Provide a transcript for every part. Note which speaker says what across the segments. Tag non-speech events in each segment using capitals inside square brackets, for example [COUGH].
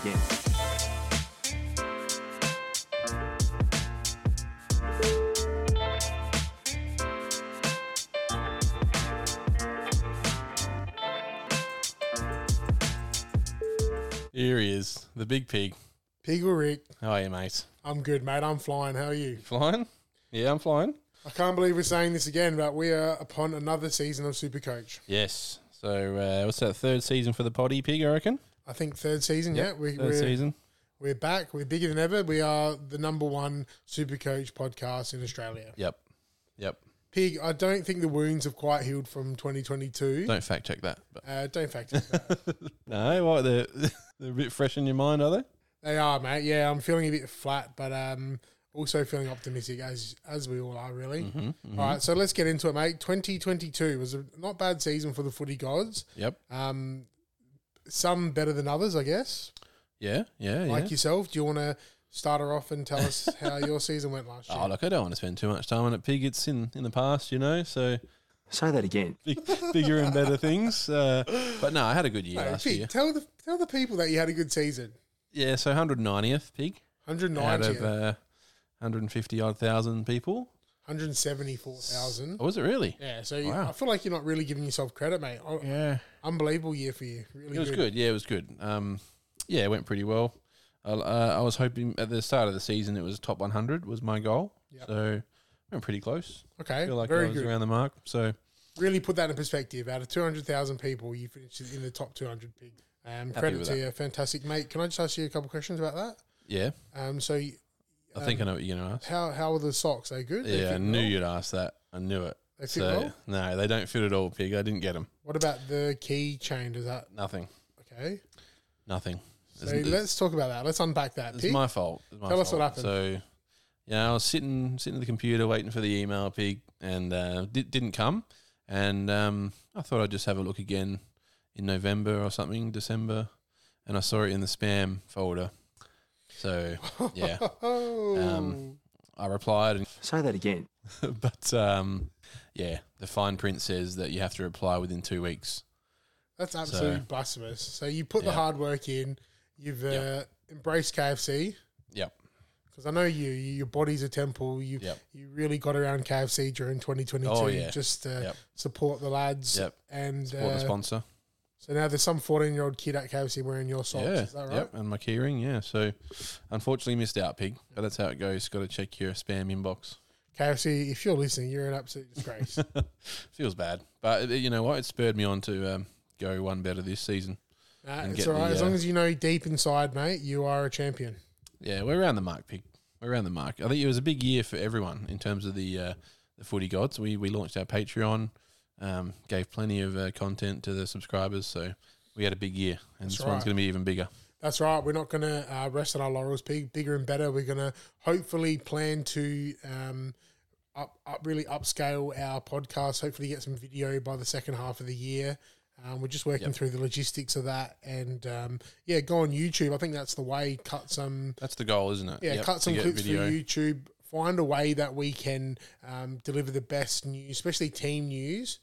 Speaker 1: again.
Speaker 2: Here he is, the big pig.
Speaker 3: Pig or Rick,
Speaker 2: Oh yeah, mate.
Speaker 3: I'm good, mate. I'm flying. How are you?
Speaker 2: Flying? Yeah, I'm flying.
Speaker 3: I can't believe we're saying this again, but we are upon another season of Supercoach.
Speaker 2: Yes. So uh, what's that third season for the potty pig? I reckon.
Speaker 3: I think third season, yeah. We,
Speaker 2: Third
Speaker 3: we're,
Speaker 2: season.
Speaker 3: we're back. We're bigger than ever. We are the number one Supercoach podcast in Australia.
Speaker 2: Yep. Yep.
Speaker 3: Pig, I don't think the wounds have quite healed from 2022.
Speaker 2: Don't fact check that. But.
Speaker 3: Uh, don't factor that.
Speaker 2: No, what they're, [LAUGHS] they're a bit fresh in your mind, are they?
Speaker 3: They are, mate. Yeah, I'm feeling a bit flat, but um, also feeling optimistic as as we all are, really.
Speaker 2: Mm-hmm,
Speaker 3: All right, so let's get into it, mate. 2022 was a not bad season for the footy gods.
Speaker 2: Yep.
Speaker 3: Um, some better than others, I guess.
Speaker 2: Yeah. Yeah. Yeah.
Speaker 3: Like yourself, do you want to start her off and
Speaker 2: [LAUGHS]
Speaker 3: tell us how your season went last year?
Speaker 2: Oh look, I don't want to spend too much time on it. Pig, it's in in the past, you know. So
Speaker 1: Say that again.
Speaker 3: [LAUGHS]
Speaker 2: big, bigger and better things. Uh, but no, I had a good year
Speaker 3: Mate,
Speaker 2: last
Speaker 3: Pete,
Speaker 2: year.
Speaker 3: Tell the tell the people that you had a good season.
Speaker 2: Yeah. So 190th pig out
Speaker 3: 190,
Speaker 2: of uh, 150 odd thousand people.
Speaker 3: 174,000.
Speaker 2: Oh, was it really?
Speaker 3: Yeah, so you,
Speaker 2: Wow.
Speaker 3: I feel like you're not really giving yourself credit, mate. Oh,
Speaker 2: Yeah.
Speaker 3: Unbelievable year for you. Really
Speaker 2: It was good. Yeah, it was good. Um, yeah, it went pretty well. I, uh, I was hoping at the start of the season it was top 100 was my goal.
Speaker 3: Yep.
Speaker 2: So went pretty close. I
Speaker 3: Okay,
Speaker 2: feel like I
Speaker 3: very
Speaker 2: was
Speaker 3: good.
Speaker 2: around the mark. So
Speaker 3: really put that in perspective. Out of 200,000 people, you finished in the top 200 pig. Um, credit
Speaker 2: with
Speaker 3: to
Speaker 2: that.
Speaker 3: you, fantastic mate. Can I just ask you a couple questions about that?
Speaker 2: yeah,
Speaker 3: Um, so um, you-
Speaker 2: I think I know what you're going to ask.
Speaker 3: how how were the socks? They good? [LAUGHS] They
Speaker 2: Yeah, I
Speaker 3: fit
Speaker 2: knew
Speaker 3: well?
Speaker 2: you'd ask that. I knew it.
Speaker 3: They fit
Speaker 2: so
Speaker 3: well?
Speaker 2: no, they don't fit at all, pig. I didn't get them.
Speaker 3: What about the key chain? Does that
Speaker 2: Nothing.
Speaker 3: okay?
Speaker 2: Nothing.
Speaker 3: So
Speaker 2: It's- it's-
Speaker 3: let's talk about that. Let's unpack that.
Speaker 2: It's
Speaker 3: Pete.
Speaker 2: my fault. It's my
Speaker 3: Tell us
Speaker 2: fault.
Speaker 3: what happened.
Speaker 2: So, yeah, I was sitting sitting at the computer waiting for the email pig, and uh, di- didn't come. And um, I thought I'd just have a look again in November or something, December, and I saw it in the spam folder.
Speaker 3: [LAUGHS]
Speaker 2: So yeah,
Speaker 3: [LAUGHS] oh,
Speaker 2: um, I replied, and- [LAUGHS]
Speaker 1: Say that again.
Speaker 2: but um, yeah, the fine print says that you have to reply within two weeks.
Speaker 3: that's absolutely blasphemous. So you put the
Speaker 2: Yeah.
Speaker 3: hard work in. You've uh,
Speaker 2: Yep.
Speaker 3: embraced KFC
Speaker 2: Yep.
Speaker 3: because I know you, you. Your body's a temple. You
Speaker 2: Yep.
Speaker 3: you really got around KFC during 2022.
Speaker 2: Oh, yeah.
Speaker 3: Just uh,
Speaker 2: Yep.
Speaker 3: support the lads.
Speaker 2: Yep.
Speaker 3: And
Speaker 2: Support the
Speaker 3: uh,
Speaker 2: sponsor.
Speaker 3: so now there's some 14 year old kid at KFC wearing your socks.
Speaker 2: Yeah.
Speaker 3: Is that right?
Speaker 2: Yep. And my keyring. Yeah. So unfortunately missed out, pig. But that's how it goes. Got to check your spam inbox.
Speaker 3: KFC, if you're listening, you're an absolute disgrace.
Speaker 2: Feels bad, but uh, you know what? It spurred me on to um, go one better this season.
Speaker 3: nah,
Speaker 2: And
Speaker 3: it's
Speaker 2: get
Speaker 3: all right.
Speaker 2: the,
Speaker 3: as
Speaker 2: uh,
Speaker 3: long as you know deep inside, mate, you are a champion.
Speaker 2: Yeah, we're around the mark, pig. We're around the mark. I think it was a big year for everyone in terms of the uh, the footy gods. We we launched our Patreon, um, gave plenty of uh, content to the subscribers, so we had a big year, and
Speaker 3: That's
Speaker 2: this one's
Speaker 3: right.
Speaker 2: going to be even bigger.
Speaker 3: That's right. We're not going to uh, rest on our laurels. Big, bigger and better. We're going to hopefully plan to um, up, up, really upscale our podcast. Hopefully, get some video by the second half of the year. Um, we're just working through the logistics of that, and um, yeah, go on YouTube. I think that's the way. Cut some,
Speaker 2: That's the goal, isn't it?
Speaker 3: yeah,
Speaker 2: Yep,
Speaker 3: cut
Speaker 2: to
Speaker 3: some
Speaker 2: get
Speaker 3: clips for YouTube. Find a way that we can um, deliver the best news, especially team news.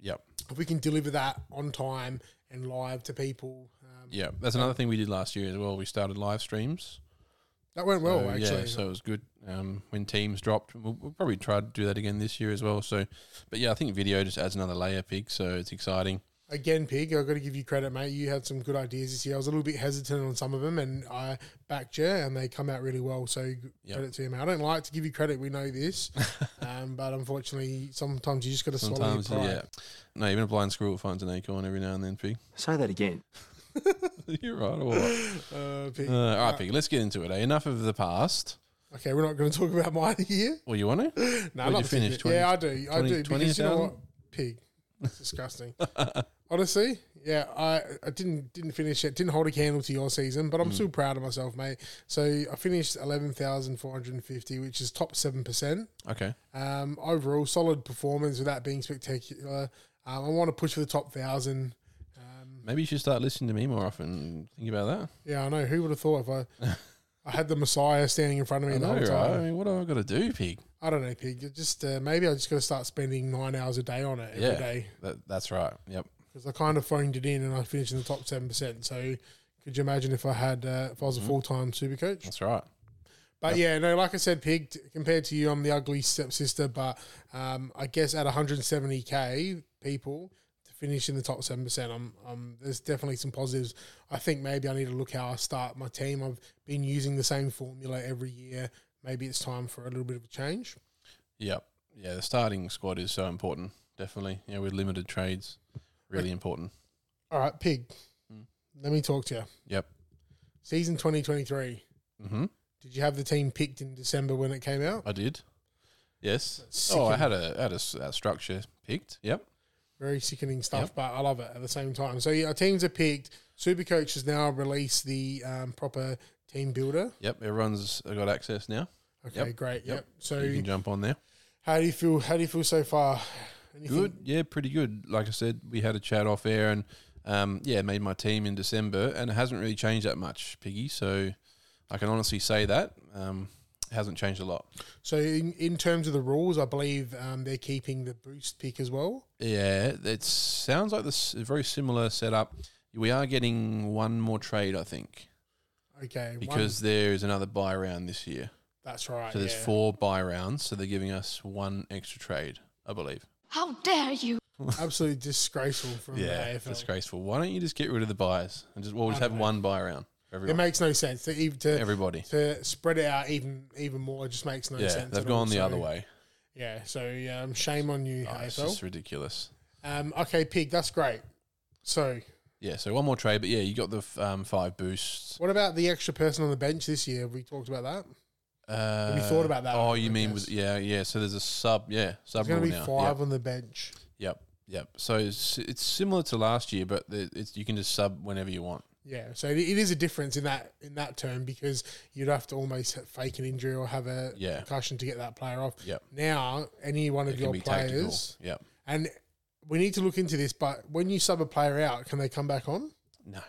Speaker 2: Yep,
Speaker 3: If we can deliver that on time and live to people, um,
Speaker 2: yep. That's another thing we did last year as well. We started live streams.
Speaker 3: that went well.
Speaker 2: So,
Speaker 3: Oh, actually,
Speaker 2: yeah, so it was good. Um, when teams dropped, we'll, we'll probably try to do that again this year as well. So, but yeah, I think video just adds another layer, pig. So it's exciting.
Speaker 3: again, Pig, I've got to give you credit, mate. You had some good ideas this year. I was a little bit hesitant on some of them, and I backed you, and they come out really well. So
Speaker 2: Yep.
Speaker 3: credit to you, mate. I don't like to give you credit. We
Speaker 2: [LAUGHS]
Speaker 3: know this, um, but unfortunately, sometimes you just got to swallow your
Speaker 2: Sometimes,
Speaker 3: pride.
Speaker 2: yeah. No, even a blind squirrel finds an acorn every now and then, pig. [LAUGHS]
Speaker 1: Say that again.
Speaker 2: You're right. All
Speaker 3: [LAUGHS]
Speaker 2: right,
Speaker 3: Uh, Pig.
Speaker 2: uh, all right pig. Let's get into it. Eh? Enough of the past.
Speaker 3: okay, we're not going to talk about [LAUGHS] mine here.
Speaker 2: Well, you want to?
Speaker 3: No,
Speaker 2: What'd
Speaker 3: not
Speaker 2: you finish,
Speaker 3: particularly. yeah, I do. I
Speaker 2: 20
Speaker 3: do. Because you know
Speaker 2: 20,000?
Speaker 3: what, Pig.
Speaker 2: [LAUGHS]
Speaker 3: That's disgusting. Honestly, yeah, I, I didn't didn't finish it. Didn't hold a candle to your season,
Speaker 2: Hmm.
Speaker 3: but I'm still proud of myself, mate. So I finished eleven thousand four hundred and fifty, which is top seven percent.
Speaker 2: Okay.
Speaker 3: Um, overall, solid performance without being spectacular. Um, I want to push for the top thousand. Um,
Speaker 2: Maybe you should start listening to me more often. and Think about that.
Speaker 3: yeah, I know. Who would have thought if
Speaker 2: [LAUGHS]
Speaker 3: I I had the Messiah standing in front of me
Speaker 2: I
Speaker 3: the
Speaker 2: know,
Speaker 3: whole
Speaker 2: right?
Speaker 3: time?
Speaker 2: I mean, what have I got to do, pig?
Speaker 3: I don't know, Pig. It Just uh, maybe I just got to start spending nine hours a day on it every day.
Speaker 2: Yeah. That, that's right. Yep.
Speaker 3: because I kind of phoned it in and I finished in the top seven percent. So Could you imagine if I had uh, if I was a full time super coach?
Speaker 2: That's right.
Speaker 3: But yeah, no, like I said, Pig, t- compared to you, I'm the ugly stepsister. But um, I guess at 170k people to finish in the top 7%, I'm, I'm, there's definitely some positives. I think maybe I need to look how I start my team. I've been using the same formula every year. Maybe it's time for a little bit of a change.
Speaker 2: Yep. Yeah, the starting squad is so important. Definitely. Yeah, with limited trades, really important.
Speaker 3: All right, Pig,
Speaker 2: Mm.
Speaker 3: let me talk to you.
Speaker 2: Yep.
Speaker 3: Season 2023,
Speaker 2: Mm-hmm.
Speaker 3: did you have the team picked in December when it came out?
Speaker 2: I did. Yes.
Speaker 3: Sickening,
Speaker 2: Oh, I had a had a, s- a structure picked. Yep.
Speaker 3: very sickening stuff,
Speaker 2: Yep.
Speaker 3: but I love it at the same time. So yeah, our teams are picked. Supercoach has now released the um, proper team builder.
Speaker 2: Yep. Everyone's got access now.
Speaker 3: Okay, great. Yep.
Speaker 2: Yep.
Speaker 3: So
Speaker 2: You can jump on there.
Speaker 3: how do you feel? How do you feel so far? Anything?
Speaker 2: Good. Yeah, pretty good. Like I said, we had a chat off air and um, yeah, made my team in December and it hasn't really changed that much, Piggy. So I can honestly say that. Um, it hasn't changed a lot.
Speaker 3: So in, in terms of the rules, I believe um, they're keeping the boost pick as well.
Speaker 2: Yeah, it sounds like this is a very similar setup. We are getting one more trade, I think,
Speaker 3: Okay, one-
Speaker 2: because there is another buy round this year.
Speaker 3: that's right.
Speaker 2: So there's
Speaker 3: Uh, yeah.
Speaker 2: four buy rounds, so they're giving us one extra trade, I believe.
Speaker 4: How dare you!
Speaker 3: [LAUGHS] Absolutely disgraceful from the AFL.
Speaker 2: disgraceful. Why don't you just get rid of the buys and just well, we'll just
Speaker 3: I
Speaker 2: have
Speaker 3: don't know.
Speaker 2: one buy round for
Speaker 3: It
Speaker 2: everyone,
Speaker 3: makes no sense to even to,
Speaker 2: everybody.
Speaker 3: to spread it out even even more. It just makes no
Speaker 2: yeah,
Speaker 3: sense.
Speaker 2: they've
Speaker 3: at all.
Speaker 2: gone the
Speaker 3: So,
Speaker 2: other way.
Speaker 3: Yeah. So um, shame on you,
Speaker 2: Oh, it's
Speaker 3: AFL.
Speaker 2: just ridiculous.
Speaker 3: Um, okay, pig. That's great. So,
Speaker 2: Yeah, so one more trade, but yeah, you got the f- um, five boosts.
Speaker 3: what about the extra person on the bench this year? Have we talked about that?
Speaker 2: Uh,
Speaker 3: you thought about that,
Speaker 2: Oh,
Speaker 3: I
Speaker 2: you mean
Speaker 3: guess?
Speaker 2: with yeah, yeah. So there's a sub, yeah, sub
Speaker 3: There's going to
Speaker 2: rule
Speaker 3: be
Speaker 2: now. Yep.
Speaker 3: five on the bench.
Speaker 2: Yep, yep. So it's, it's similar to last year, but the- it's you can just sub whenever you want.
Speaker 3: Yeah, so it it is a difference in that in that term because you'd have to almost fake an injury or have a
Speaker 2: Yeah.
Speaker 3: concussion to get that player off.
Speaker 2: Yep.
Speaker 3: Now, any one of
Speaker 2: It can
Speaker 3: your
Speaker 2: be
Speaker 3: players,
Speaker 2: tactical. Yep.
Speaker 3: and we need to look into this. But when you sub a player out, can they come back on?
Speaker 2: No.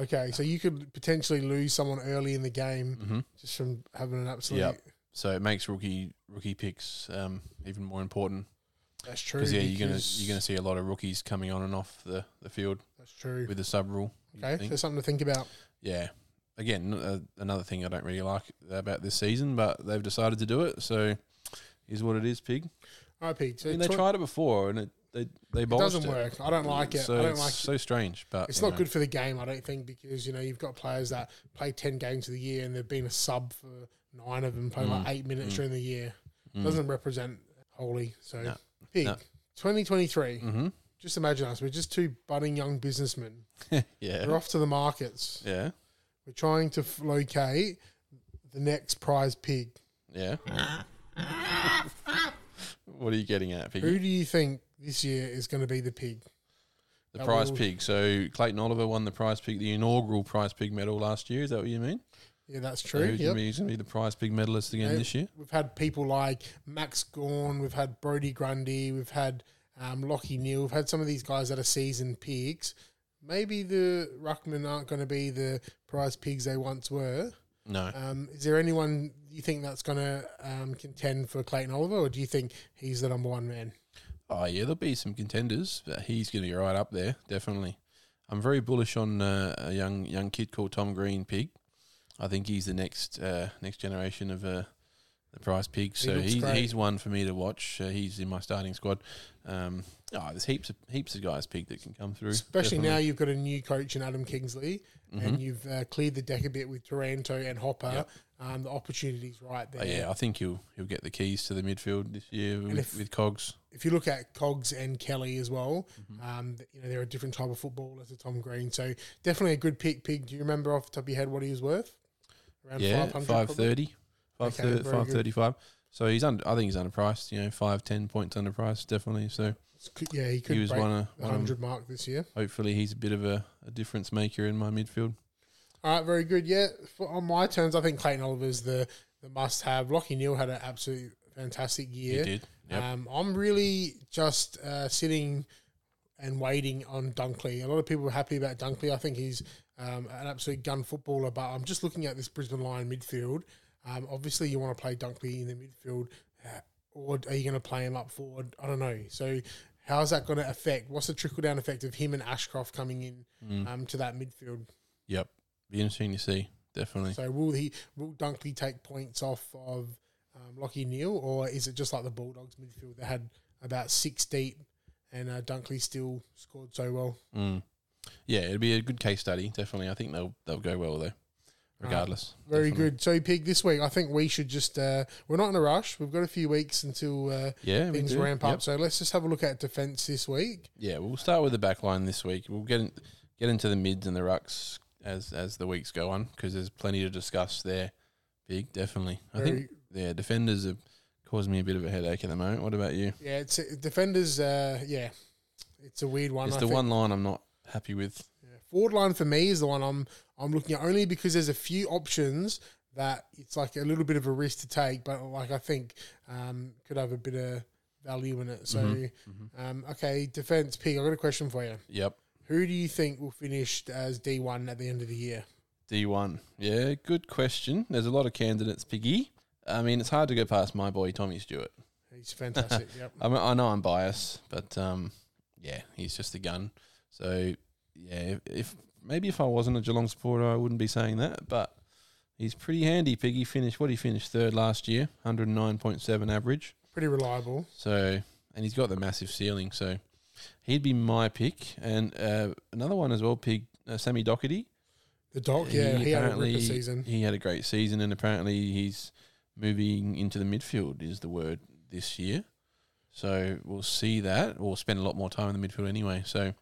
Speaker 3: Okay, so you could potentially lose someone early in the game
Speaker 2: hmm
Speaker 3: just from having an absolute.
Speaker 2: Yep. So it makes rookie rookie picks um, even more important
Speaker 3: That's true.
Speaker 2: because yeah, you're gonna
Speaker 3: because-
Speaker 2: you're gonna see a lot of rookies coming on and off the, the field
Speaker 3: That's true.
Speaker 2: with the sub rule. you'd
Speaker 3: Okay,
Speaker 2: think.
Speaker 3: so something to think about.
Speaker 2: yeah. Again, n- uh, another thing I don't really like about this season, but they've decided to do it. So, is what it is, pig.
Speaker 3: All right, Pete. So
Speaker 2: I mean, they
Speaker 3: twen-
Speaker 2: tried it before and it they they
Speaker 3: It
Speaker 2: abolished
Speaker 3: doesn't work. I don't like it.
Speaker 2: So
Speaker 3: I don't
Speaker 2: it's
Speaker 3: like it.
Speaker 2: so strange, but
Speaker 3: It's
Speaker 2: you
Speaker 3: not
Speaker 2: know.
Speaker 3: good for the game, I don't think, because you know you've got players that play ten games of the year and they've been a sub for nine of them, playing
Speaker 2: Mm.
Speaker 3: like eight minutes during the year. Doesn't represent wholly. So
Speaker 2: No.
Speaker 3: big.
Speaker 2: No.
Speaker 3: 2023.
Speaker 2: Mhm.
Speaker 3: Just imagine us. We're just two budding young businessmen. We're
Speaker 2: [LAUGHS] yeah.
Speaker 3: off to the markets.
Speaker 2: Yeah.
Speaker 3: We're trying to f- locate the next prize pig.
Speaker 2: Yeah. [LAUGHS] what are you getting at,
Speaker 3: Who
Speaker 2: Piggy?
Speaker 3: do you think this year is going to be the pig?
Speaker 2: The
Speaker 3: that
Speaker 2: prize
Speaker 3: will-
Speaker 2: pig. So Clayton Oliver won the prize pig, the inaugural prize pig medal last year. Is that what you mean?
Speaker 3: Yeah, that's
Speaker 2: So
Speaker 3: true.
Speaker 2: Who's
Speaker 3: Yep.
Speaker 2: going to be the prize pig medalist again
Speaker 3: Yeah.
Speaker 2: this year?
Speaker 3: We've had people like Max Gorn, we've had Brody Grundy, we've had um, Lockie Neal, we've had some of these guys that are seasoned pigs. Maybe the Ruckman aren't going to be the prize pigs they once were.
Speaker 2: No.
Speaker 3: Um, is there anyone you think that's going to um, contend for Clayton Oliver, or do you think he's the number one man?
Speaker 2: Oh yeah, there'll be some contenders, but he's going to be right up there, definitely. I'm very bullish on uh, a young young kid called Tom Green Pig. I think he's the next uh, next generation of uh, the prize pig. So
Speaker 3: looks
Speaker 2: he's,
Speaker 3: great.
Speaker 2: he's one for me to watch. Uh, he's in my starting squad. Um, oh, there's heaps of heaps of guys pig that can come through,
Speaker 3: Especially now you've got a new coach in Adam Kingsley, and you've uh, cleared the deck a bit with Taranto and Hopper. Um, the opportunity's right there.
Speaker 2: But Oh, yeah, I think he'll he'll get the keys to the midfield this year with,
Speaker 3: if-
Speaker 2: with Cogs.
Speaker 3: if you look at Cogs and Kelly as well, um, th- you know they're a different type of footballer to Tom Green. So definitely a good pick. Pig, do you remember off the top of your head what he was worth? Around
Speaker 2: Yeah,
Speaker 3: 500
Speaker 2: five
Speaker 3: probably?
Speaker 2: thirty. Five
Speaker 3: Okay, very good.
Speaker 2: thirty-five. So he's under. I think he's underpriced. You know, five ten points underpriced, definitely. So
Speaker 3: It's cou- Yeah, he could
Speaker 2: he was
Speaker 3: break
Speaker 2: one of
Speaker 3: the
Speaker 2: one of,
Speaker 3: hundred mark this year.
Speaker 2: hopefully he's a bit of a, a difference maker in my midfield.
Speaker 3: All right, very good. Yeah, for, on my terms, I think Clayton Oliver's the the must have. Lockie Neal had an absolute fantastic year.
Speaker 2: He did. Yep.
Speaker 3: Um, I'm really just uh, sitting and waiting on Dunkley. A lot of people are happy about Dunkley. I think he's um, an absolute gun footballer, but I'm just looking at this Brisbane Lion midfield. Um, obviously, you want to play Dunkley in the midfield, uh, or are you going to play him up forward? I don't know. So, how's that going to affect? What's the trickle down effect of him and Ashcroft coming in um, to that midfield?
Speaker 2: yep. Be interesting to see. Definitely.
Speaker 3: So will he will Dunkley take points off of um, Lockie Neal, or is it just like the Bulldogs midfield that had about six deep and uh, Dunkley still scored so well?
Speaker 2: Mm. Yeah, it'd be a good case study. Definitely. I think they'll they'll go well though. Regardless.
Speaker 3: Ah. Very
Speaker 2: Definitely.
Speaker 3: good. So pig this week, I think we should just uh, we're not in a rush. We've got a few weeks until uh,
Speaker 2: Yeah, we
Speaker 3: things
Speaker 2: do.
Speaker 3: ramp up.
Speaker 2: Yep.
Speaker 3: So let's just have a look at defence this week.
Speaker 2: Yeah, we'll start with the back line this week. We'll get in, get into the mids and the rucks as as the weeks go on because there's plenty to discuss there. Big, definitely. I think yeah, defenders have caused me a bit of a headache at the moment. What about you?
Speaker 3: Yeah, it's defenders. Uh, yeah, it's a weird one.
Speaker 2: It's
Speaker 3: I
Speaker 2: the
Speaker 3: think.
Speaker 2: one line I'm not happy with.
Speaker 3: Yeah. Forward line for me is the one I'm I'm looking at only because there's a few options that it's like a little bit of a risk to take, but like I think um, could have a bit of value in it. So,
Speaker 2: Mm-hmm.
Speaker 3: Um, okay, defense Pig, I got a question for you.
Speaker 2: Yep.
Speaker 3: Who do you think will finish as D one at the end of the year?
Speaker 2: D1. Yeah, good question. There's a lot of candidates, Piggy. I mean, it's hard to go past my boy, Tommy Stewart.
Speaker 3: He's fantastic. yep.
Speaker 2: I, mean, I know I'm biased, but um, yeah, he's just a gun. So yeah, if, if maybe if I wasn't a Geelong supporter, I wouldn't be saying that. But he's pretty handy. Piggy finished what he finished third last year, 109.7 average.
Speaker 3: Pretty reliable.
Speaker 2: So and he's got the massive ceiling. So he'd be my pick. And uh, another one as well, Pig uh, Sammy Doherty.
Speaker 3: The doc, yeah, he, had a
Speaker 2: apparently-
Speaker 3: ripper season.
Speaker 2: He had a great season, and apparently he's moving into the midfield is the word this year. So we'll see that. We'll spend a lot more time in the midfield anyway. So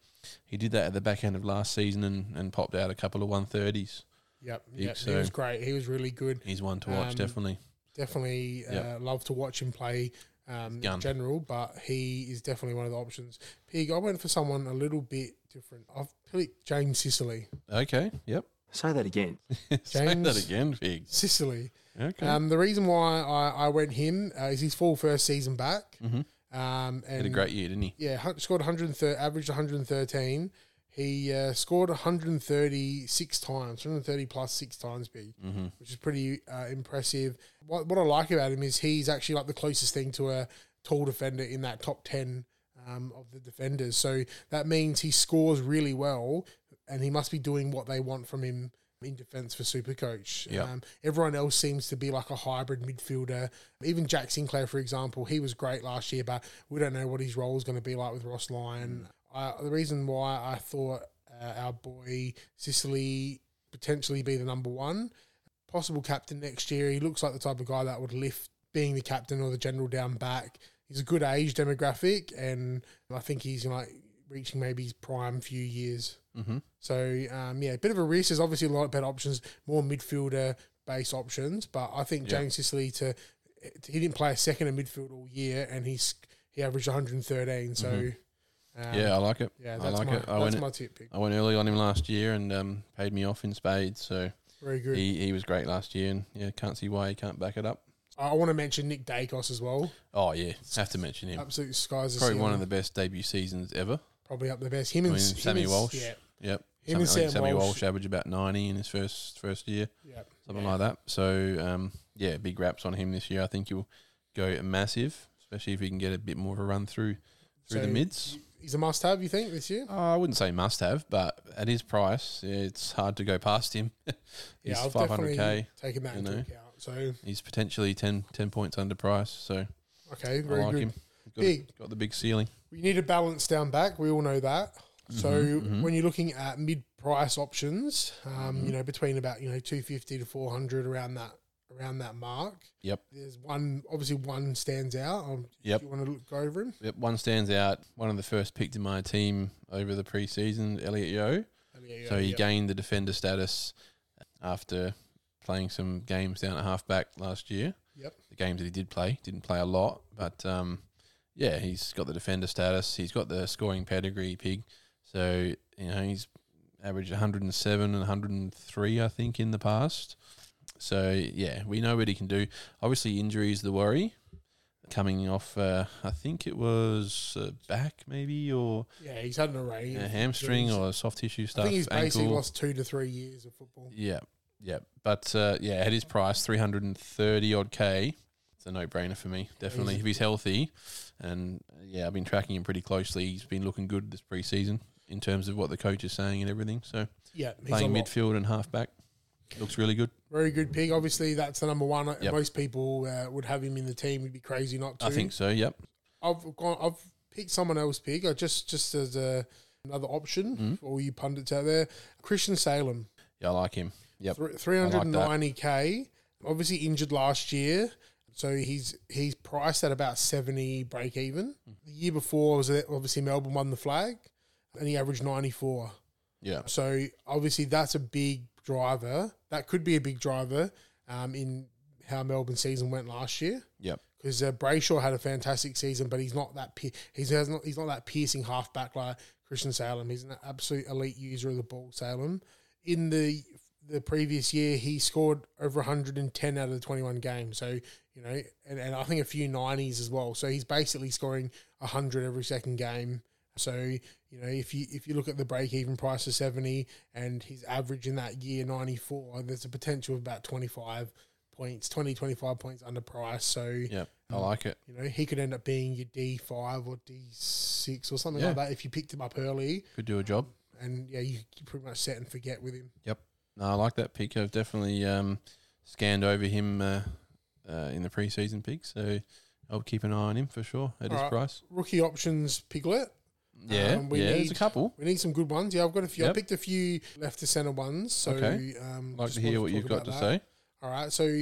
Speaker 2: he did that at the back end of last season and, and popped out a couple of one thirties.
Speaker 3: Yep,
Speaker 2: Big
Speaker 3: yep. He
Speaker 2: so.
Speaker 3: was great. He was really good.
Speaker 2: He's one to watch,
Speaker 3: Um,
Speaker 2: definitely.
Speaker 3: definitely uh,
Speaker 2: Yep.
Speaker 3: love to watch him play um, in
Speaker 2: Gun.
Speaker 3: general, but he is definitely one of the options. Pig, I went for someone a little bit different. I've picked James Sicily.
Speaker 2: Okay. Yep. [LAUGHS]
Speaker 1: Say that again.
Speaker 2: Say that
Speaker 3: James-
Speaker 2: again, Big.
Speaker 3: Sicily.
Speaker 2: Okay.
Speaker 3: Um, the reason why I, I went him uh, is his full first season back.
Speaker 2: Mhm.
Speaker 3: Um,
Speaker 2: Had a
Speaker 3: and
Speaker 2: great year, didn't he?
Speaker 3: yeah, hun- scored 130, averaged 113. He uh, scored 136 times, 130 plus six times big, which is pretty uh, impressive. What, what I like about him is he's actually like the closest thing to a tall defender in that top 10 um, of the defenders. So that means he scores really well and he must be doing what they want from him in defence for Supercoach.
Speaker 2: Yeah.
Speaker 3: Um, everyone else seems to be like a hybrid midfielder. Even Jack Sinclair, for example, he was great last year, but we don't know what his role is going to be like with Ross Lyon. Uh, the reason why I thought uh, our boy Sicily potentially be the number one, possible captain next year. He looks like the type of guy that would lift being the captain or the general down back. He's a good age demographic, and I think he's like reaching maybe his prime few years.
Speaker 2: Mm-hmm.
Speaker 3: So um, yeah, a bit of a risk. There's obviously a lot of better options, more midfielder based options. But I think
Speaker 2: Yeah.
Speaker 3: James Sicily to he didn't play a second in midfield all year, and he's he averaged 113. So
Speaker 2: Mhm.
Speaker 3: um,
Speaker 2: yeah, I like it.
Speaker 3: yeah,
Speaker 2: I
Speaker 3: that's
Speaker 2: like
Speaker 3: my
Speaker 2: it. I
Speaker 3: that's
Speaker 2: went
Speaker 3: my tip pick.
Speaker 2: I went early on him last year and um, paid me off in spades. So
Speaker 3: Very good.
Speaker 2: he, he was great last year, and yeah, can't see why he can't back it up.
Speaker 3: I, want to mention Nick Dacos as well.
Speaker 2: Oh yeah, have to mention him.
Speaker 3: Absolute skies.
Speaker 2: Probably one of the best debut seasons ever.
Speaker 3: probably up the best. Him and
Speaker 2: I mean,
Speaker 3: him
Speaker 2: Sammy
Speaker 3: and-
Speaker 2: Walsh.
Speaker 3: Yeah,
Speaker 2: Yep.
Speaker 3: Him
Speaker 2: Something-
Speaker 3: and
Speaker 2: I think
Speaker 3: Sam
Speaker 2: Sammy
Speaker 3: Walsh.
Speaker 2: Walsh averaged about ninety in his first first year,
Speaker 3: yeah.
Speaker 2: something like that. So um, yeah, big raps on him this year. I think he'll go massive, especially if he can get a bit more of a run through through
Speaker 3: So
Speaker 2: the mids.
Speaker 3: He's a must-have, you think, this year?
Speaker 2: Oh, I wouldn't say must have, but at his price, yeah, it's hard to go past him. [LAUGHS] He's
Speaker 3: yeah, I've
Speaker 2: five hundred
Speaker 3: definitely
Speaker 2: k.
Speaker 3: taken that
Speaker 2: you
Speaker 3: into
Speaker 2: know.
Speaker 3: account. So
Speaker 2: He's potentially 10, 10 points under price. So
Speaker 3: okay, very
Speaker 2: I like
Speaker 3: good.
Speaker 2: him. Got,
Speaker 3: Big.
Speaker 2: got the big ceiling.
Speaker 3: We need a balance down back. We all know that.
Speaker 2: Mm-hmm,
Speaker 3: So when you're looking at mid-price options, um,
Speaker 2: Mm-hmm.
Speaker 3: you know between about you know 250 to 400 around that around that mark.
Speaker 2: Yep.
Speaker 3: There's one obviously one stands out. Um,
Speaker 2: Yep.
Speaker 3: Do you want to look over him?
Speaker 2: Yep, one stands out. One of the first picked in my team over the preseason, Elliot Yo.
Speaker 3: Yeah, yeah,
Speaker 2: so he
Speaker 3: yeah.
Speaker 2: gained the defender status after playing some games down at halfback last year.
Speaker 3: Yep.
Speaker 2: The games that he did play, didn't play a lot, but um, yeah, he's got the defender status. He's got the scoring pedigree, pig. So you know he's averaged 107 and 103, I think, in the past. So yeah, we know what he can do. Obviously, injury is the worry. Coming off, uh, I think it was uh, back maybe or
Speaker 3: yeah, he's had an array.
Speaker 2: a
Speaker 3: of
Speaker 2: hamstring
Speaker 3: injuries.
Speaker 2: or soft tissue
Speaker 3: I
Speaker 2: stuff.
Speaker 3: think he's basically
Speaker 2: ankle.
Speaker 3: lost two to three years of football.
Speaker 2: Yeah, yeah, but uh, yeah, at his price, three hundred and thirty odd k, it's a no brainer for me. Definitely,
Speaker 3: Easy.
Speaker 2: if he's healthy, and uh, yeah, I've been tracking him pretty closely. He's been looking good this preseason. in terms of what the coach is saying and everything. So
Speaker 3: Yeah, he's
Speaker 2: playing
Speaker 3: a lot.
Speaker 2: midfield and half back looks really good.
Speaker 3: Very good pig. Obviously, that's the number one.
Speaker 2: Yep.
Speaker 3: Most people uh, would have him in the team. We'd be crazy not to.
Speaker 2: I think so. Yep.
Speaker 3: I've gone. I've picked someone else pig. I just just as a, another option
Speaker 2: Mm-hmm.
Speaker 3: for all you pundits out there. Christian Salem,
Speaker 2: Yeah, I like him. Yep.
Speaker 3: three hundred ninety k. Obviously injured last year, so he's he's priced at about seventy break even.
Speaker 2: Mm.
Speaker 3: The year before was at- obviously Melbourne won the flag, and he averaged ninety four.
Speaker 2: Yeah.
Speaker 3: So obviously that's a big driver. That could be a big driver um, in how Melbourne season went last year.
Speaker 2: Yep.
Speaker 3: Because uh, Brayshaw had a fantastic season, but he's not that pi- he's has not he's not that piercing halfback like Christian Salem. He's an absolute elite user of the ball. Salem in the the previous year he scored over 110 out of the 21 games. So you know, and, and I think a few 90s as well. So he's basically scoring 100 every second game. So you know, if you if you look at the break even price of 70 and his average in that year 94, there's a potential of about 25 points, 20 25 points under price. So
Speaker 2: Yep.
Speaker 3: Mm.
Speaker 2: I like it.
Speaker 3: you know, he could end up being your D five or D six or something
Speaker 2: Yeah.
Speaker 3: like that if you picked him up early.
Speaker 2: Could do a job.
Speaker 3: And yeah, you, you pretty much set and forget with him.
Speaker 2: No, I like that pick. I've definitely um, scanned over him uh, uh, in the preseason pick, so I'll keep an eye on him for sure at his
Speaker 3: Alright.
Speaker 2: price.
Speaker 3: Rookie options, Piglet.
Speaker 2: Yeah,
Speaker 3: Um, we
Speaker 2: yeah. There's a
Speaker 3: need-
Speaker 2: couple.
Speaker 3: We need some good ones. Yeah, I've got a few. I
Speaker 2: Yep.
Speaker 3: picked a few left to center ones. So
Speaker 2: Okay.
Speaker 3: um,
Speaker 2: I'd like
Speaker 3: just
Speaker 2: to hear
Speaker 3: wanted
Speaker 2: what you've
Speaker 3: talk
Speaker 2: got to
Speaker 3: about that.
Speaker 2: say.
Speaker 3: All right. So do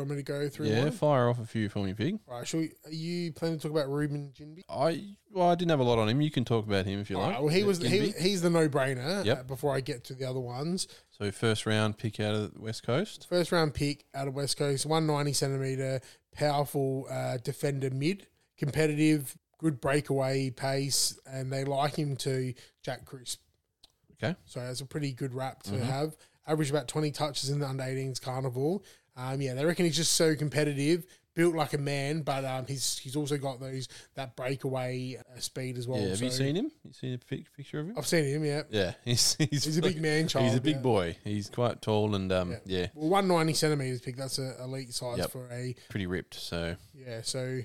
Speaker 3: you want me to go through
Speaker 2: Yeah,
Speaker 3: one?
Speaker 2: fire off a few for me, pig.
Speaker 3: All right. Shall we, are you planning to talk about Ruben Jinby?
Speaker 2: I well, I didn't have a lot on him. You can talk about him if you
Speaker 3: All
Speaker 2: like.
Speaker 3: right. Well, he
Speaker 2: Uh,
Speaker 3: was he,
Speaker 2: Ginby.
Speaker 3: he's the no brainer.
Speaker 2: Yep.
Speaker 3: before I get to the other ones,
Speaker 2: so first round pick out of the West Coast.
Speaker 3: first round pick out of West Coast, 190 centimeter, powerful uh, defender mid, competitive, good breakaway pace, and they like him to Jack Crisp.
Speaker 2: Okay. Mm-hmm.
Speaker 3: So that's a pretty good rap to have. Average about 20 touches in the under 18s carnival. Um, yeah, they reckon he's just so competitive, built like a man, but um, he's he's also got those that breakaway uh, speed as well.
Speaker 2: yeah, have you
Speaker 3: So-
Speaker 2: seen him? You seen a pic- picture of him?
Speaker 3: I've seen him, yeah.
Speaker 2: Yeah, [LAUGHS] he's he's,
Speaker 3: He's a big man
Speaker 2: [LAUGHS]
Speaker 3: child.
Speaker 2: He's a big
Speaker 3: yeah.
Speaker 2: boy. He's quite tall and um, yeah,
Speaker 3: Well, 190 centimeters big. That's a elite size
Speaker 2: Yep.
Speaker 3: for a
Speaker 2: pretty ripped. So
Speaker 3: yeah. So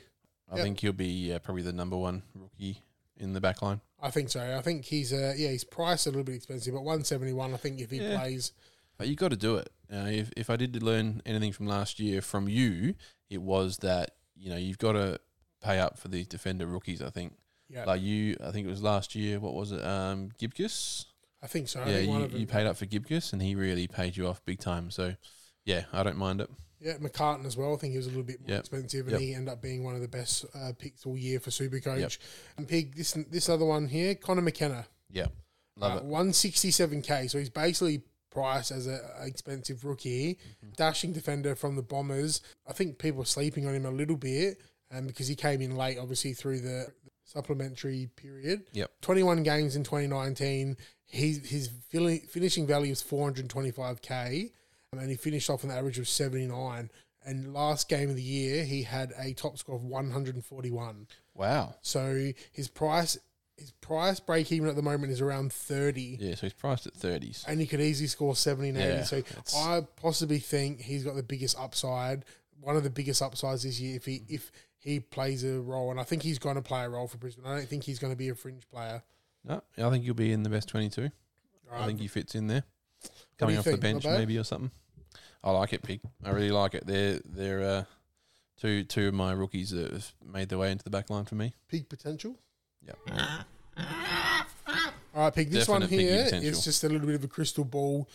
Speaker 2: I
Speaker 3: Yep.
Speaker 2: think he'll be uh, probably the number one rookie in the back line.
Speaker 3: I think so. I think he's uh yeah, he's priced a little bit expensive, but one seventy one. I think if he
Speaker 2: Yeah.
Speaker 3: plays,
Speaker 2: But you got to do it. Uh, if if I did learn anything from last year from you, it was that you know you've got to pay up for these defender rookies. I think
Speaker 3: yeah,
Speaker 2: like you, I think it was last year. What was it? Um, Gibcus.
Speaker 3: I think so. I
Speaker 2: yeah,
Speaker 3: think one
Speaker 2: you,
Speaker 3: of them.
Speaker 2: you paid up for Gibcus, and he really paid you off big time. So yeah, I don't mind it.
Speaker 3: yeah, McCartan as well. I think he was a little bit more
Speaker 2: Yep.
Speaker 3: expensive, and
Speaker 2: Yep.
Speaker 3: he ended up being one of the best uh, picks all year for Supercoach. And pig this this other one here, Connor McKenna,
Speaker 2: Yeah, love it.
Speaker 3: Uh, one sixty seven k. So he's basically priced as a a expensive rookie,
Speaker 2: Mm-hmm.
Speaker 3: dashing defender from the Bombers. I think people are sleeping on him a little bit, um, because he came in late, obviously through the supplementary period.
Speaker 2: Yep.
Speaker 3: 21 games in 2019. He, his fili- finishing value is 425k, um, and he finished off an average of 79. And last game of the year, he had a top score of 141.
Speaker 2: Wow.
Speaker 3: So his price, his price break even at the moment is around 30,
Speaker 2: Yeah, so he's priced at thirties.
Speaker 3: and he could easily score 70 and 80.
Speaker 2: Yeah,
Speaker 3: so
Speaker 2: it's-
Speaker 3: I possibly think he's got the biggest upside, one of the biggest upsides this year if he if he plays a role. And I think he's going to play a role for Brisbane. I don't think he's going to be a fringe player.
Speaker 2: No, I think he'll be in the best twenty-two. I
Speaker 3: Alright.
Speaker 2: think he fits in there.
Speaker 3: What do
Speaker 2: Coming
Speaker 3: you
Speaker 2: off the
Speaker 3: think,
Speaker 2: bench
Speaker 3: Robbo?
Speaker 2: maybe or something. I like it, Pig. I really like it. They're they're uh, two two of my rookies that have made their way into the back line for me.
Speaker 3: peak potential.
Speaker 2: Yep.
Speaker 3: All right, Pig. This
Speaker 2: Definite
Speaker 3: one
Speaker 2: peak
Speaker 3: here
Speaker 2: potential.
Speaker 3: is just a little bit of a crystal ball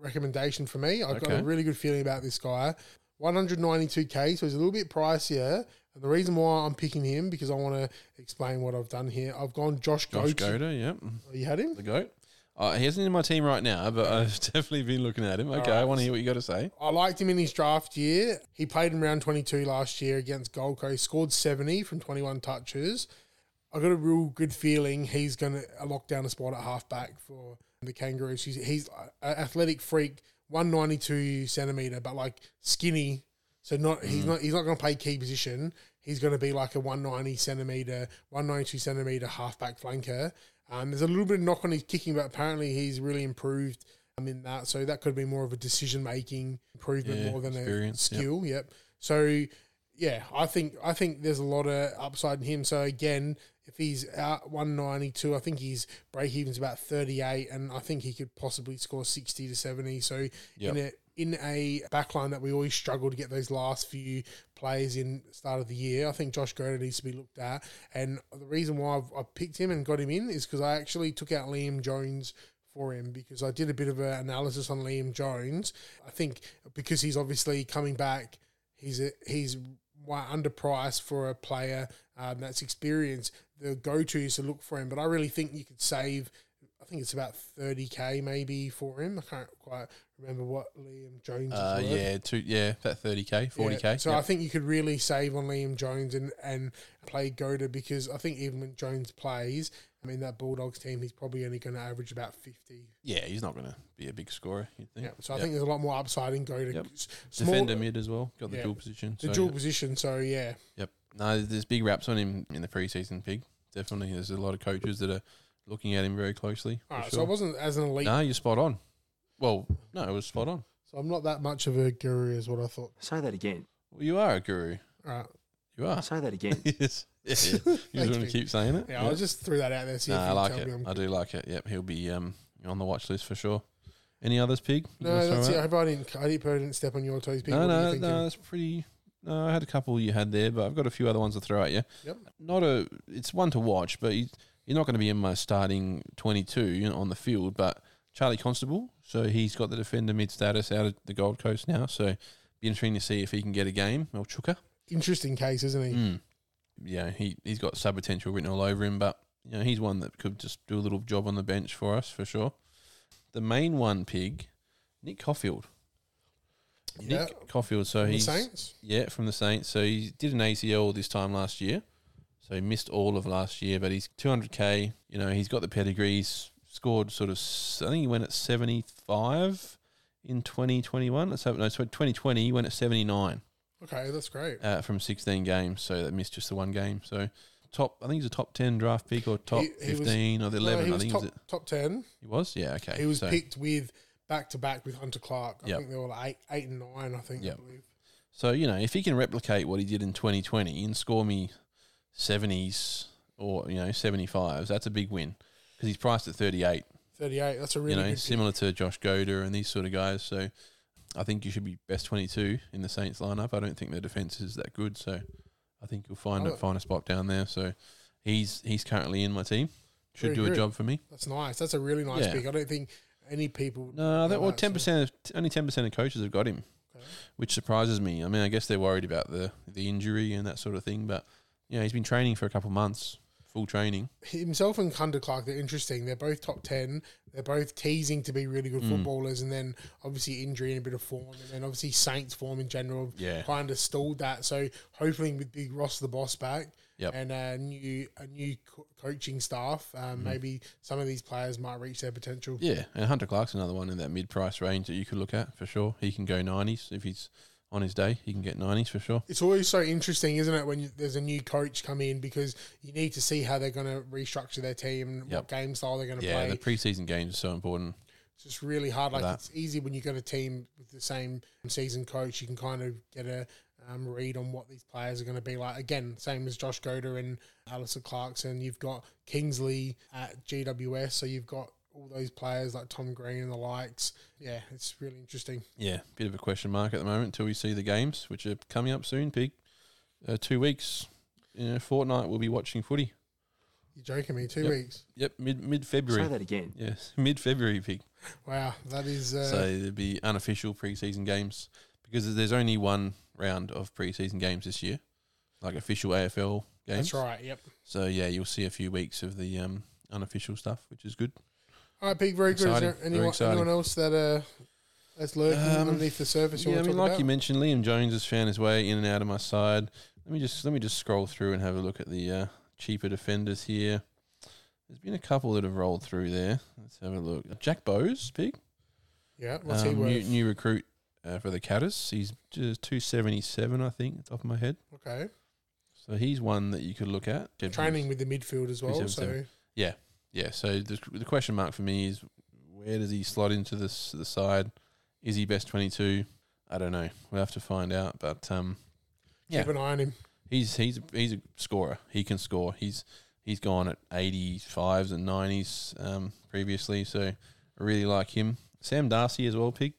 Speaker 3: recommendation for me. I've got
Speaker 2: Okay.
Speaker 3: a really good feeling about this guy. 192k, so he's a little bit pricier. And the reason why I'm picking him because I want to explain what I've done here. I've gone Josh,
Speaker 2: Josh
Speaker 3: Goat.
Speaker 2: Goda, yep,
Speaker 3: Oh, You had him.
Speaker 2: the goat. Uh, he isn't in my team right now, but [LAUGHS] I've definitely been looking at him. Okay, I want to hear what you got to say.
Speaker 3: I liked him in his draft year. He played in round 22 last year against Gold Coast, scored 70 from 21 touches. I got a real good feeling he's going to lock down a spot at halfback for the Kangaroos. He's, he's an athletic freak, 192 centimeter, but like skinny. So not
Speaker 2: Mm.
Speaker 3: he's not he's not going to play key position. He's going to be like a 190 centimeter, 192 centimeter halfback flanker. Um, there's a little bit of knock on his kicking, but apparently he's really improved um, in that. So that could be more of a decision making improvement
Speaker 2: Yeah,
Speaker 3: more than a
Speaker 2: experience, yep.
Speaker 3: skill. Yep. So yeah, I think I think there's a lot of upside in him. So again, if he's out 192, I think his break even's about 38, and I think he could possibly score 60 to 70. So
Speaker 2: Yep.
Speaker 3: in a in a backline that we always struggle to get those last few plays in start of the year, I think Josh Gerda needs to be looked at. And the reason why I've, I picked him and got him in is because I actually took out Liam Jones for him because I did a bit of an analysis on Liam Jones. I think because he's obviously coming back, he's a, he's wi- underpriced for a player um, that's experienced. The go to is to look for him, but I really think you could save. I think it's about thirty k maybe for him. I can't quite remember what Liam Jones. is
Speaker 2: Uh,
Speaker 3: worth.
Speaker 2: yeah, two, yeah, about thirty k, forty
Speaker 3: Yeah,
Speaker 2: k.
Speaker 3: So I think you could really save on Liam Jones and, and play Goda because I think even when Jones plays, I mean, that Bulldogs team, he's probably only going to average about 50.
Speaker 2: yeah, he's not going to be a big scorer. You think?
Speaker 3: Yeah. So I think there's a lot more upside in Goda.
Speaker 2: Yep.
Speaker 3: S- small-
Speaker 2: defender mid as well. Got the
Speaker 3: Yeah.
Speaker 2: dual position.
Speaker 3: The
Speaker 2: so,
Speaker 3: dual position. So, yeah.
Speaker 2: Yep. No, there's big raps on him in the preseason. Pig definitely. There's a lot of coaches that are looking at him very closely. for
Speaker 3: All right. So I
Speaker 2: sure.
Speaker 3: wasn't as an elite.
Speaker 2: no, you're spot on. Well, no, it was spot on.
Speaker 3: So I'm not that much of a guru, is what I thought.
Speaker 1: Say that again.
Speaker 2: Well, you are a guru.
Speaker 3: All right.
Speaker 2: You are.
Speaker 1: Say that again.
Speaker 2: [LAUGHS] yes. Yeah.
Speaker 3: [LAUGHS]
Speaker 2: You just want to
Speaker 3: Pig.
Speaker 2: keep saying it.
Speaker 3: Yeah, I just threw that out there. See
Speaker 2: Nah,
Speaker 3: if
Speaker 2: I
Speaker 3: you
Speaker 2: like
Speaker 3: tell me
Speaker 2: it.
Speaker 3: I'm
Speaker 2: I do like it. Yep, he'll be um on the watch list for sure. Any others, Pig? You
Speaker 3: No,
Speaker 2: guys
Speaker 3: that's
Speaker 2: alright?
Speaker 3: it. I hope I didn't, I hope I didn't step on your toes. People.
Speaker 2: No,
Speaker 3: What are you
Speaker 2: no,
Speaker 3: thinking?
Speaker 2: no. That's pretty. No, I had a couple you had there, but I've got a few other ones to throw at you.
Speaker 3: Yep.
Speaker 2: Not a. It's one to watch, but you, you're not going to be in my starting 22 you know, on the field. But Charlie Constable, so he's got the defender mid status out of the Gold Coast now. So be interesting to see if he can get a game. El Chuka.
Speaker 3: Interesting case, isn't he?
Speaker 2: Mm. Yeah, he he's got sub potential written all over him, but you know he's one that could just do a little job on the bench for us for sure. The main one, pig, Nick Caulfield.
Speaker 3: Yeah.
Speaker 2: Nick Caulfield. So
Speaker 3: From the
Speaker 2: he's
Speaker 3: Saints.
Speaker 2: yeah from the Saints. So he did an ACL this time last year, so he missed all of last year. But he's 200k. You know he's got the pedigrees. Scored sort of. s- I think he went at 75 in 2021. Let's hope no. So 2020 he went at 79
Speaker 3: Okay, that's great.
Speaker 2: uh, from 16 games, so that missed just the one game. So top, I think he's a top 10 draft pick or top
Speaker 3: He- he was-
Speaker 2: 15 or the
Speaker 3: No,
Speaker 2: 11.
Speaker 3: he
Speaker 2: I
Speaker 3: was
Speaker 2: think
Speaker 3: top,
Speaker 2: he was,
Speaker 3: top ten.
Speaker 2: he was. Yeah, okay.
Speaker 3: He was
Speaker 2: so,
Speaker 3: picked with back to back with Hunter Clark. I
Speaker 2: Yep.
Speaker 3: think they were like eight, eight and nine. I think. I
Speaker 2: Yep.
Speaker 3: believe.
Speaker 2: so you know, if he can replicate what he did in 2020 and score me 70s or you know 75s, that's a big win because he's priced at 38.
Speaker 3: Thirty-eight. That's a really
Speaker 2: you know,
Speaker 3: good. pick.
Speaker 2: similar to Josh Goder and these sort of guys. So I think you should be best 22 in the Saints lineup. I don't think their defense is that good, so I think you'll find
Speaker 3: I
Speaker 2: a,
Speaker 3: don't-
Speaker 2: find a spot down there. So he's he's currently in my team. Should
Speaker 3: Very
Speaker 2: do a
Speaker 3: good.
Speaker 2: job for me.
Speaker 3: That's nice. That's a really nice
Speaker 2: Yeah.
Speaker 3: pick. I don't think any people. would
Speaker 2: No, I think
Speaker 3: know
Speaker 2: well,
Speaker 3: that,
Speaker 2: ten percent, only ten percent of coaches have got him,
Speaker 3: Okay.
Speaker 2: which surprises me. I mean, I guess they're worried about the the injury and that sort of thing, but yeah, he's been training for a couple of months, full training.
Speaker 3: So himself and Hunter Clark, they're interesting. They're both top ten. They're both teasing to be really good
Speaker 2: Mm.
Speaker 3: footballers, and then obviously injury and a bit of form, and then obviously Saints form in general.
Speaker 2: Yeah.
Speaker 3: kind of stalled that. So hopefully with Big Ross the boss back
Speaker 2: Yep.
Speaker 3: and a new a new co- coaching staff, um,
Speaker 2: Mm-hmm.
Speaker 3: maybe some of these players might reach their potential.
Speaker 2: Yeah, and Hunter Clark's another one in that mid price range that you could look at for sure. He can go nineties if he's on his day. He can get nineties for sure.
Speaker 3: It's always so interesting, isn't it, when you, there's a new coach come in because you need to see how they're going to restructure their team and
Speaker 2: Yep.
Speaker 3: what game style they're going to
Speaker 2: Yeah,
Speaker 3: play.
Speaker 2: the preseason games are so important.
Speaker 3: It's just really hard. Like
Speaker 2: that.
Speaker 3: it's easy when you got a team with the same season coach, you can kind of get a um, read on what these players are going to be like. Again, same as Josh Goder and Alistair Clarkson. You've got Kingsley at GWS, so you've got all those players like Tom Green and the likes. Yeah, it's really interesting.
Speaker 2: Yeah, bit of a question mark at the moment until we see the games, which are coming up soon. Big, uh, two weeks, you know, fortnight. We'll be watching footy.
Speaker 3: You're joking me. Two
Speaker 2: Yep.
Speaker 3: weeks.
Speaker 2: Yep, mid mid
Speaker 1: Say
Speaker 2: February.
Speaker 1: that again.
Speaker 2: Yes, [LAUGHS] mid February pig.
Speaker 3: Wow, that is. Uh,
Speaker 2: so there'd be unofficial preseason games because there's only one round of preseason games this year, like official AFL games.
Speaker 3: that's right. Yep.
Speaker 2: So yeah, you'll see a few weeks of the um, unofficial stuff, which is good.
Speaker 3: All right, Pete. Very
Speaker 2: Exciting,
Speaker 3: good. Is there
Speaker 2: very
Speaker 3: anyone,
Speaker 2: exciting.
Speaker 3: anyone else that uh, that's lurking
Speaker 2: Um,
Speaker 3: underneath the surface? You
Speaker 2: Yeah, I
Speaker 3: want to
Speaker 2: mean,
Speaker 3: talk
Speaker 2: like
Speaker 3: about?
Speaker 2: you mentioned, Liam Jones has found his way in and out of my side. Let me just let me just scroll through and have a look at the uh, cheaper defenders here. There's been a couple that have rolled through there. Let's have a look. Jack Bowes, big
Speaker 3: yeah, what's he
Speaker 2: um,
Speaker 3: worth?
Speaker 2: new, new recruit uh, for the Catters. He's just two seventy seven, I think, off the top of my head.
Speaker 3: okay,
Speaker 2: So he's one that you could look at.
Speaker 3: training with the midfield as well. So
Speaker 2: 377. Yeah. So the, the question mark for me is where does he slot into this the side? Is he best twenty two? I don't know. We'll have to find out. But um, Yeah.
Speaker 3: Keep an eye on him.
Speaker 2: He's he's he's a scorer. He can score. He's he's gone at 85s and 90s um, previously, so I really like him. Sam Darcy as well, pig.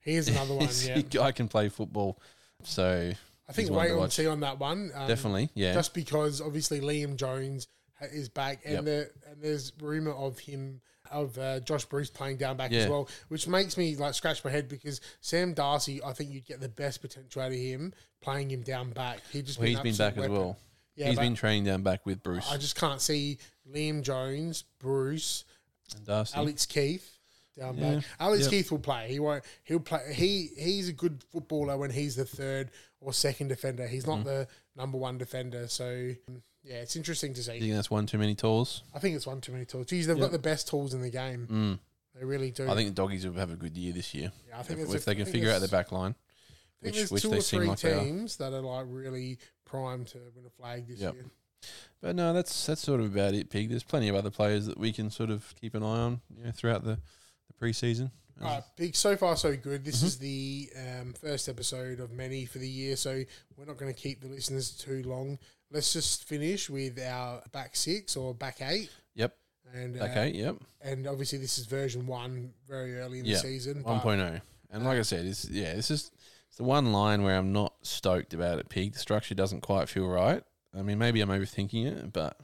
Speaker 3: He
Speaker 2: [LAUGHS]
Speaker 3: is another one.
Speaker 2: He's-
Speaker 3: Yeah,
Speaker 2: he- I can play football, so
Speaker 3: I think
Speaker 2: he's one
Speaker 3: wait
Speaker 2: to
Speaker 3: and
Speaker 2: watch.
Speaker 3: see on that one. Um,
Speaker 2: definitely, yeah,
Speaker 3: Just because obviously Liam Jones ha- is back, and
Speaker 2: Yep.
Speaker 3: there and there's rumor of him of uh, Josh Bruce playing down back as
Speaker 2: Yeah.
Speaker 3: well, which makes me like scratch my head because Sam Darcy, I think you'd get the best potential out of him playing him down back. He just
Speaker 2: Well,
Speaker 3: been
Speaker 2: he's
Speaker 3: an
Speaker 2: been
Speaker 3: absolute
Speaker 2: back
Speaker 3: weapon.
Speaker 2: as well.
Speaker 3: Yeah,
Speaker 2: he's
Speaker 3: but
Speaker 2: been training down back with Bruce
Speaker 3: I just can't see Liam Jones, Bruce,
Speaker 2: and Darcy.
Speaker 3: Alex Keith. Down
Speaker 2: Yeah.
Speaker 3: back. Alex
Speaker 2: Yep.
Speaker 3: Keith will play. He won't. He'll play. He he's a good footballer when he's the third or second defender. He's not
Speaker 2: Mm-hmm.
Speaker 3: the number one defender. So mm, yeah, it's interesting to
Speaker 2: Do
Speaker 3: see.
Speaker 2: you think that's one too many tools?
Speaker 3: I think it's one too many tools. Geez, they've got
Speaker 2: Yep.
Speaker 3: the best tools in the game. They really do.
Speaker 2: Mm. I think the doggies will have a good year this year
Speaker 3: Yeah, I think
Speaker 2: if,
Speaker 3: there's a-
Speaker 2: if they
Speaker 3: I
Speaker 2: can
Speaker 3: think
Speaker 2: figure out their
Speaker 3: there's-
Speaker 2: back line,
Speaker 3: I think
Speaker 2: which-
Speaker 3: there's
Speaker 2: which
Speaker 3: two
Speaker 2: they
Speaker 3: or
Speaker 2: seem
Speaker 3: three
Speaker 2: like they are.
Speaker 3: teams that are like really primed to win a flag this
Speaker 2: Yep.
Speaker 3: year.
Speaker 2: But no, that's that's sort of about it, Pig. There's plenty of other players that we can sort of keep an eye on you know, throughout the, the preseason.
Speaker 3: All right, Uh, big. So far, so good. This
Speaker 2: Mm-hmm.
Speaker 3: is the um, first episode of many for the year, so we're not going to keep the listeners too long. Let's just finish with our back six or back eight,
Speaker 2: Yep.
Speaker 3: and uh,
Speaker 2: Okay. Yep.
Speaker 3: and obviously this is version one, very early in
Speaker 2: Yeah,
Speaker 3: the season.
Speaker 2: One
Speaker 3: but
Speaker 2: point oh. And like I said, it's yeah, this is it's the one line where I'm not stoked about it, Pig. The structure doesn't quite feel right. I mean, maybe I'm overthinking it, but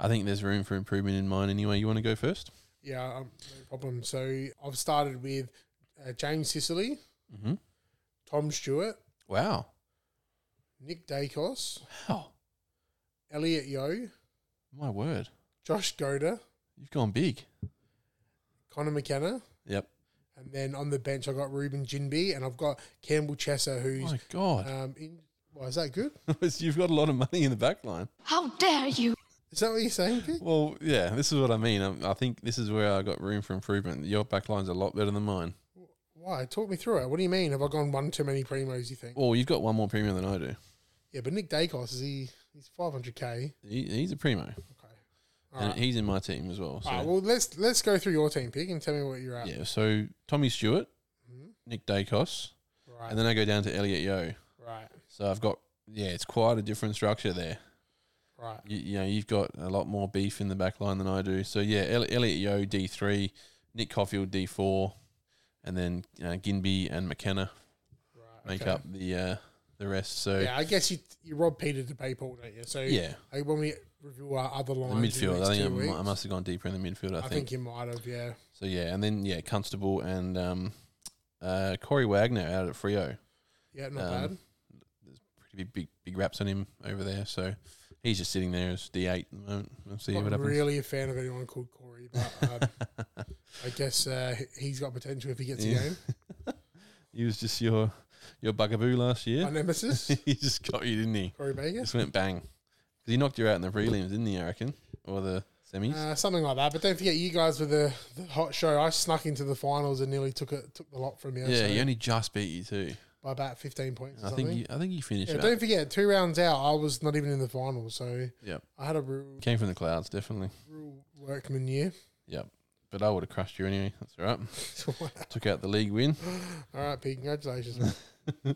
Speaker 2: I think there's room for improvement in mine anyway. You want to go first?
Speaker 3: yeah, um, no problem. So I've started with uh, James Sicily,
Speaker 2: Mm-hmm.
Speaker 3: Tom Stewart,
Speaker 2: Wow.
Speaker 3: Nick Dacos,
Speaker 2: Wow.
Speaker 3: Elliot Yo,
Speaker 2: My word.
Speaker 3: Josh Goda,
Speaker 2: You've gone big.
Speaker 3: Connor McKenna,
Speaker 2: Yep.
Speaker 3: and then on the bench I got Ruben Jinby, and I've got Campbell Chesser, who's
Speaker 2: My [LAUGHS] God.
Speaker 3: Um, in, well, is that good?
Speaker 2: You've got a lot of money in the back line.
Speaker 4: How dare you!
Speaker 3: Is that what you're saying? Vic?
Speaker 2: Well, yeah, this is what I mean. i I think this is where I got room for improvement. Your back line's a lot better than mine.
Speaker 3: Why? Talk me through it. What do you mean? Have I gone one too many primos? You think?
Speaker 2: Well, you've got one more premium than I do.
Speaker 3: Yeah, but Nick Dacos is he? He's 500k. Okay.
Speaker 2: He, he's a primo,
Speaker 3: All
Speaker 2: and
Speaker 3: right.
Speaker 2: he's in my team as Ah, well. So.
Speaker 3: All right. Well, let's let's go through your team pick and tell me what you're at.
Speaker 2: Yeah, Mm-hmm. so Tommy Stewart,
Speaker 3: Mhm.
Speaker 2: Nick Dacos,
Speaker 3: Right.
Speaker 2: and then I go down to Elliot Yo.
Speaker 3: right.
Speaker 2: So I've got yeah, it's quite a different structure there.
Speaker 3: Right.
Speaker 2: You, you know, you've got a lot more beef in the back line than I do. So yeah, Eli- Elliot Yo D three, Nick Caulfield D four, and then uh, Ginby and McKenna
Speaker 3: Right.
Speaker 2: make
Speaker 3: okay.
Speaker 2: up the uh, the rest. So yeah,
Speaker 3: Yeah, I guess you you rob Peter to pay Paul, don't you? So like, when we review our other
Speaker 2: the
Speaker 3: lines, in the
Speaker 2: midfield.
Speaker 3: next
Speaker 2: I think I
Speaker 3: two
Speaker 2: mu- I
Speaker 3: weeks,
Speaker 2: must have gone deeper in the midfield. I,
Speaker 3: I think you might have. Yeah.
Speaker 2: so. Yeah, and then yeah, Constable and um, uh, Corey Wagner out at Frio.
Speaker 3: Yeah. Not
Speaker 2: Um,
Speaker 3: bad.
Speaker 2: pretty big, big big raps on him over there. So he's just sitting there as D eight at the moment. We'll see
Speaker 3: not
Speaker 2: what happens.
Speaker 3: really a fan of anyone called Corey, but um,
Speaker 2: [LAUGHS]
Speaker 3: I guess uh, he's got potential if he gets
Speaker 2: Yeah.
Speaker 3: a game.
Speaker 2: He was just your your bugaboo last [LAUGHS]
Speaker 3: My
Speaker 2: year.
Speaker 3: nemesis,
Speaker 2: he just got you, didn't he?
Speaker 3: Corey Baker.
Speaker 2: Just went bang. 'Cause he knocked you out in the prelims, didn't he? I reckon, or the semis.
Speaker 3: Uh, something like that. But don't forget, you guys were the, the hot show. I snuck into the finals and nearly took it took the lot from you.
Speaker 2: yeah,
Speaker 3: so
Speaker 2: he only just beat you too.
Speaker 3: by about fifteen points. Or
Speaker 2: I
Speaker 3: something.
Speaker 2: think you, I think you finished.
Speaker 3: yeah,
Speaker 2: Yeah,
Speaker 3: don't forget, two rounds out, I was not even in the finals, so
Speaker 2: Yep.
Speaker 3: I had a real,
Speaker 2: Came from the clouds, definitely.
Speaker 3: real workman year. [LAUGHS]
Speaker 2: Yep. But I would have crushed you anyway. That's all right. [LAUGHS] Took out the league win.
Speaker 3: All right, Pete, congratulations. man.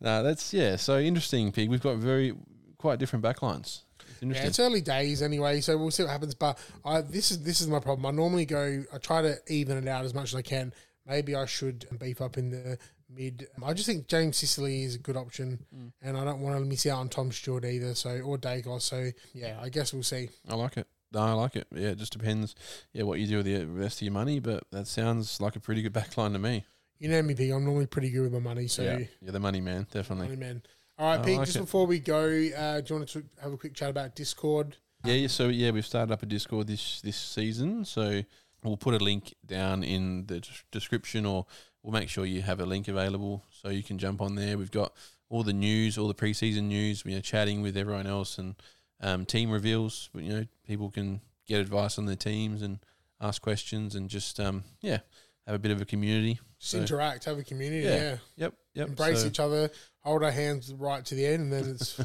Speaker 2: No, that's yeah. So interesting, pig. We've got very quite different backlines. It's
Speaker 3: yeah,
Speaker 2: interesting.
Speaker 3: it's early days anyway, so we'll see what happens. But I, this is this is my problem. I normally go, I try to even it out as much as I can. Maybe I should beef up in the mid. I just think James Sicily is a good option,
Speaker 2: Mm.
Speaker 3: and I don't want to miss out on Tom Stewart either. So or Dacos. So yeah, I guess we'll see.
Speaker 2: I like it. No, I like it. Yeah, it just depends. Yeah, what you do with the rest of your money, but that sounds like a pretty good backline to me.
Speaker 3: You know me, Pete. I'm normally pretty good with my money. So,
Speaker 2: yeah, you're the money man,
Speaker 3: money
Speaker 2: definitely.
Speaker 3: man. All right,
Speaker 2: I
Speaker 3: Pete.
Speaker 2: like
Speaker 3: just
Speaker 2: it.
Speaker 3: before we go, uh, do you want to have a quick chat about Discord?
Speaker 2: Yeah, yeah. So yeah, we've started up a Discord this this season. So we'll put a link down in the des- description, or we'll make sure you have a link available so you can jump on there. We've got all the news, all the preseason news. We are chatting with everyone else and um, team reveals. But you know, people can get advice on their teams and ask questions and just um, yeah, have a bit of a community.
Speaker 3: Just
Speaker 2: So-
Speaker 3: interact, have a community.
Speaker 2: Yeah.
Speaker 3: yeah.
Speaker 2: Yep, yep.
Speaker 3: embrace
Speaker 2: so-
Speaker 3: each other, hold our hands right to the end, and
Speaker 2: [LAUGHS]
Speaker 3: then it's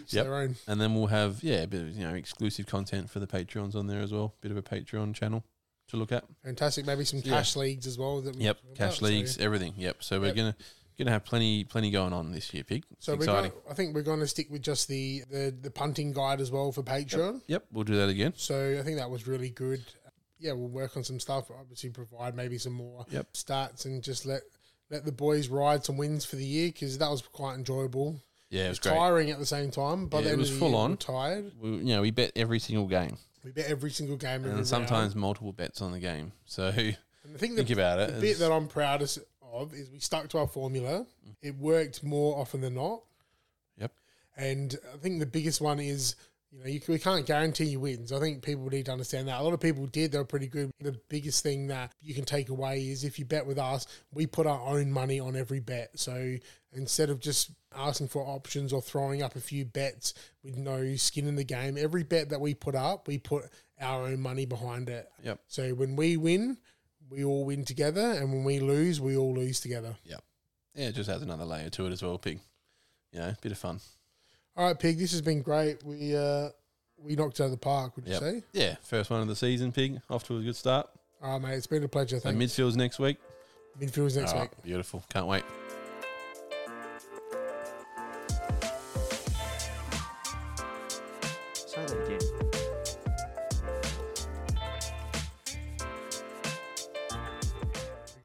Speaker 3: each
Speaker 2: Yep.
Speaker 3: their own.
Speaker 2: and then we'll have yeah, a bit of, you know, exclusive content for the Patreons on there as well. Bit of a Patreon channel to look at.
Speaker 3: Fantastic. Maybe some
Speaker 2: Yeah.
Speaker 3: cash leagues as well. That we
Speaker 2: Yep,
Speaker 3: talked
Speaker 2: cash
Speaker 3: about, so-
Speaker 2: leagues, everything. Yep. So we're
Speaker 3: Yep.
Speaker 2: gonna gonna have plenty plenty going on this year, pig. It's
Speaker 3: So we're
Speaker 2: exciting.
Speaker 3: going, I think we're going to stick with just the, the the punting guide as well for Patreon.
Speaker 2: Yep, we'll do that again.
Speaker 3: So I think that was really good. Yeah, we'll work on some stuff. Obviously, provide maybe some more
Speaker 2: Yep.
Speaker 3: stats and just let let the boys ride some wins for the year because that was quite enjoyable.
Speaker 2: Yeah, it was great.
Speaker 3: Tiring at the same time, but
Speaker 2: Yeah, it
Speaker 3: then
Speaker 2: was
Speaker 3: the
Speaker 2: full
Speaker 3: year,
Speaker 2: on.
Speaker 3: we're tired.
Speaker 2: We, you know, we bet every single game,
Speaker 3: We bet every single game. every
Speaker 2: and
Speaker 3: round.
Speaker 2: sometimes multiple bets on the game. So [LAUGHS]
Speaker 3: and I think the
Speaker 2: think about it.
Speaker 3: The
Speaker 2: it's-
Speaker 3: bit that I'm proudest of is we stuck to our formula. It worked more often than not.
Speaker 2: Yep.
Speaker 3: And I think the biggest one is you know you, c- we can't guarantee you wins. I think people need to understand that. A lot of people did; they were pretty good. The biggest thing that you can take away is if you bet with us, we put our own money on every bet. So instead of just asking for options or throwing up a few bets with no skin in the game, every bet that we put up, we put our own money behind it.
Speaker 2: Yep.
Speaker 3: So when we win, we all win together, and when we lose, we all lose together.
Speaker 2: yeah, it just adds another layer to it as well, pig. You know, bit of fun.
Speaker 3: All right, Pig, this has been great. We uh, we knocked it out of the park, would you
Speaker 2: Yep.
Speaker 3: say?
Speaker 2: Yeah, first one of the season, pig. Off to a good start.
Speaker 3: All right, mate, Um, it's been a pleasure.
Speaker 2: And
Speaker 3: Thank
Speaker 2: midfield's next week.
Speaker 3: Midfielders next
Speaker 2: Ah,
Speaker 3: week.
Speaker 2: Beautiful. Can't wait.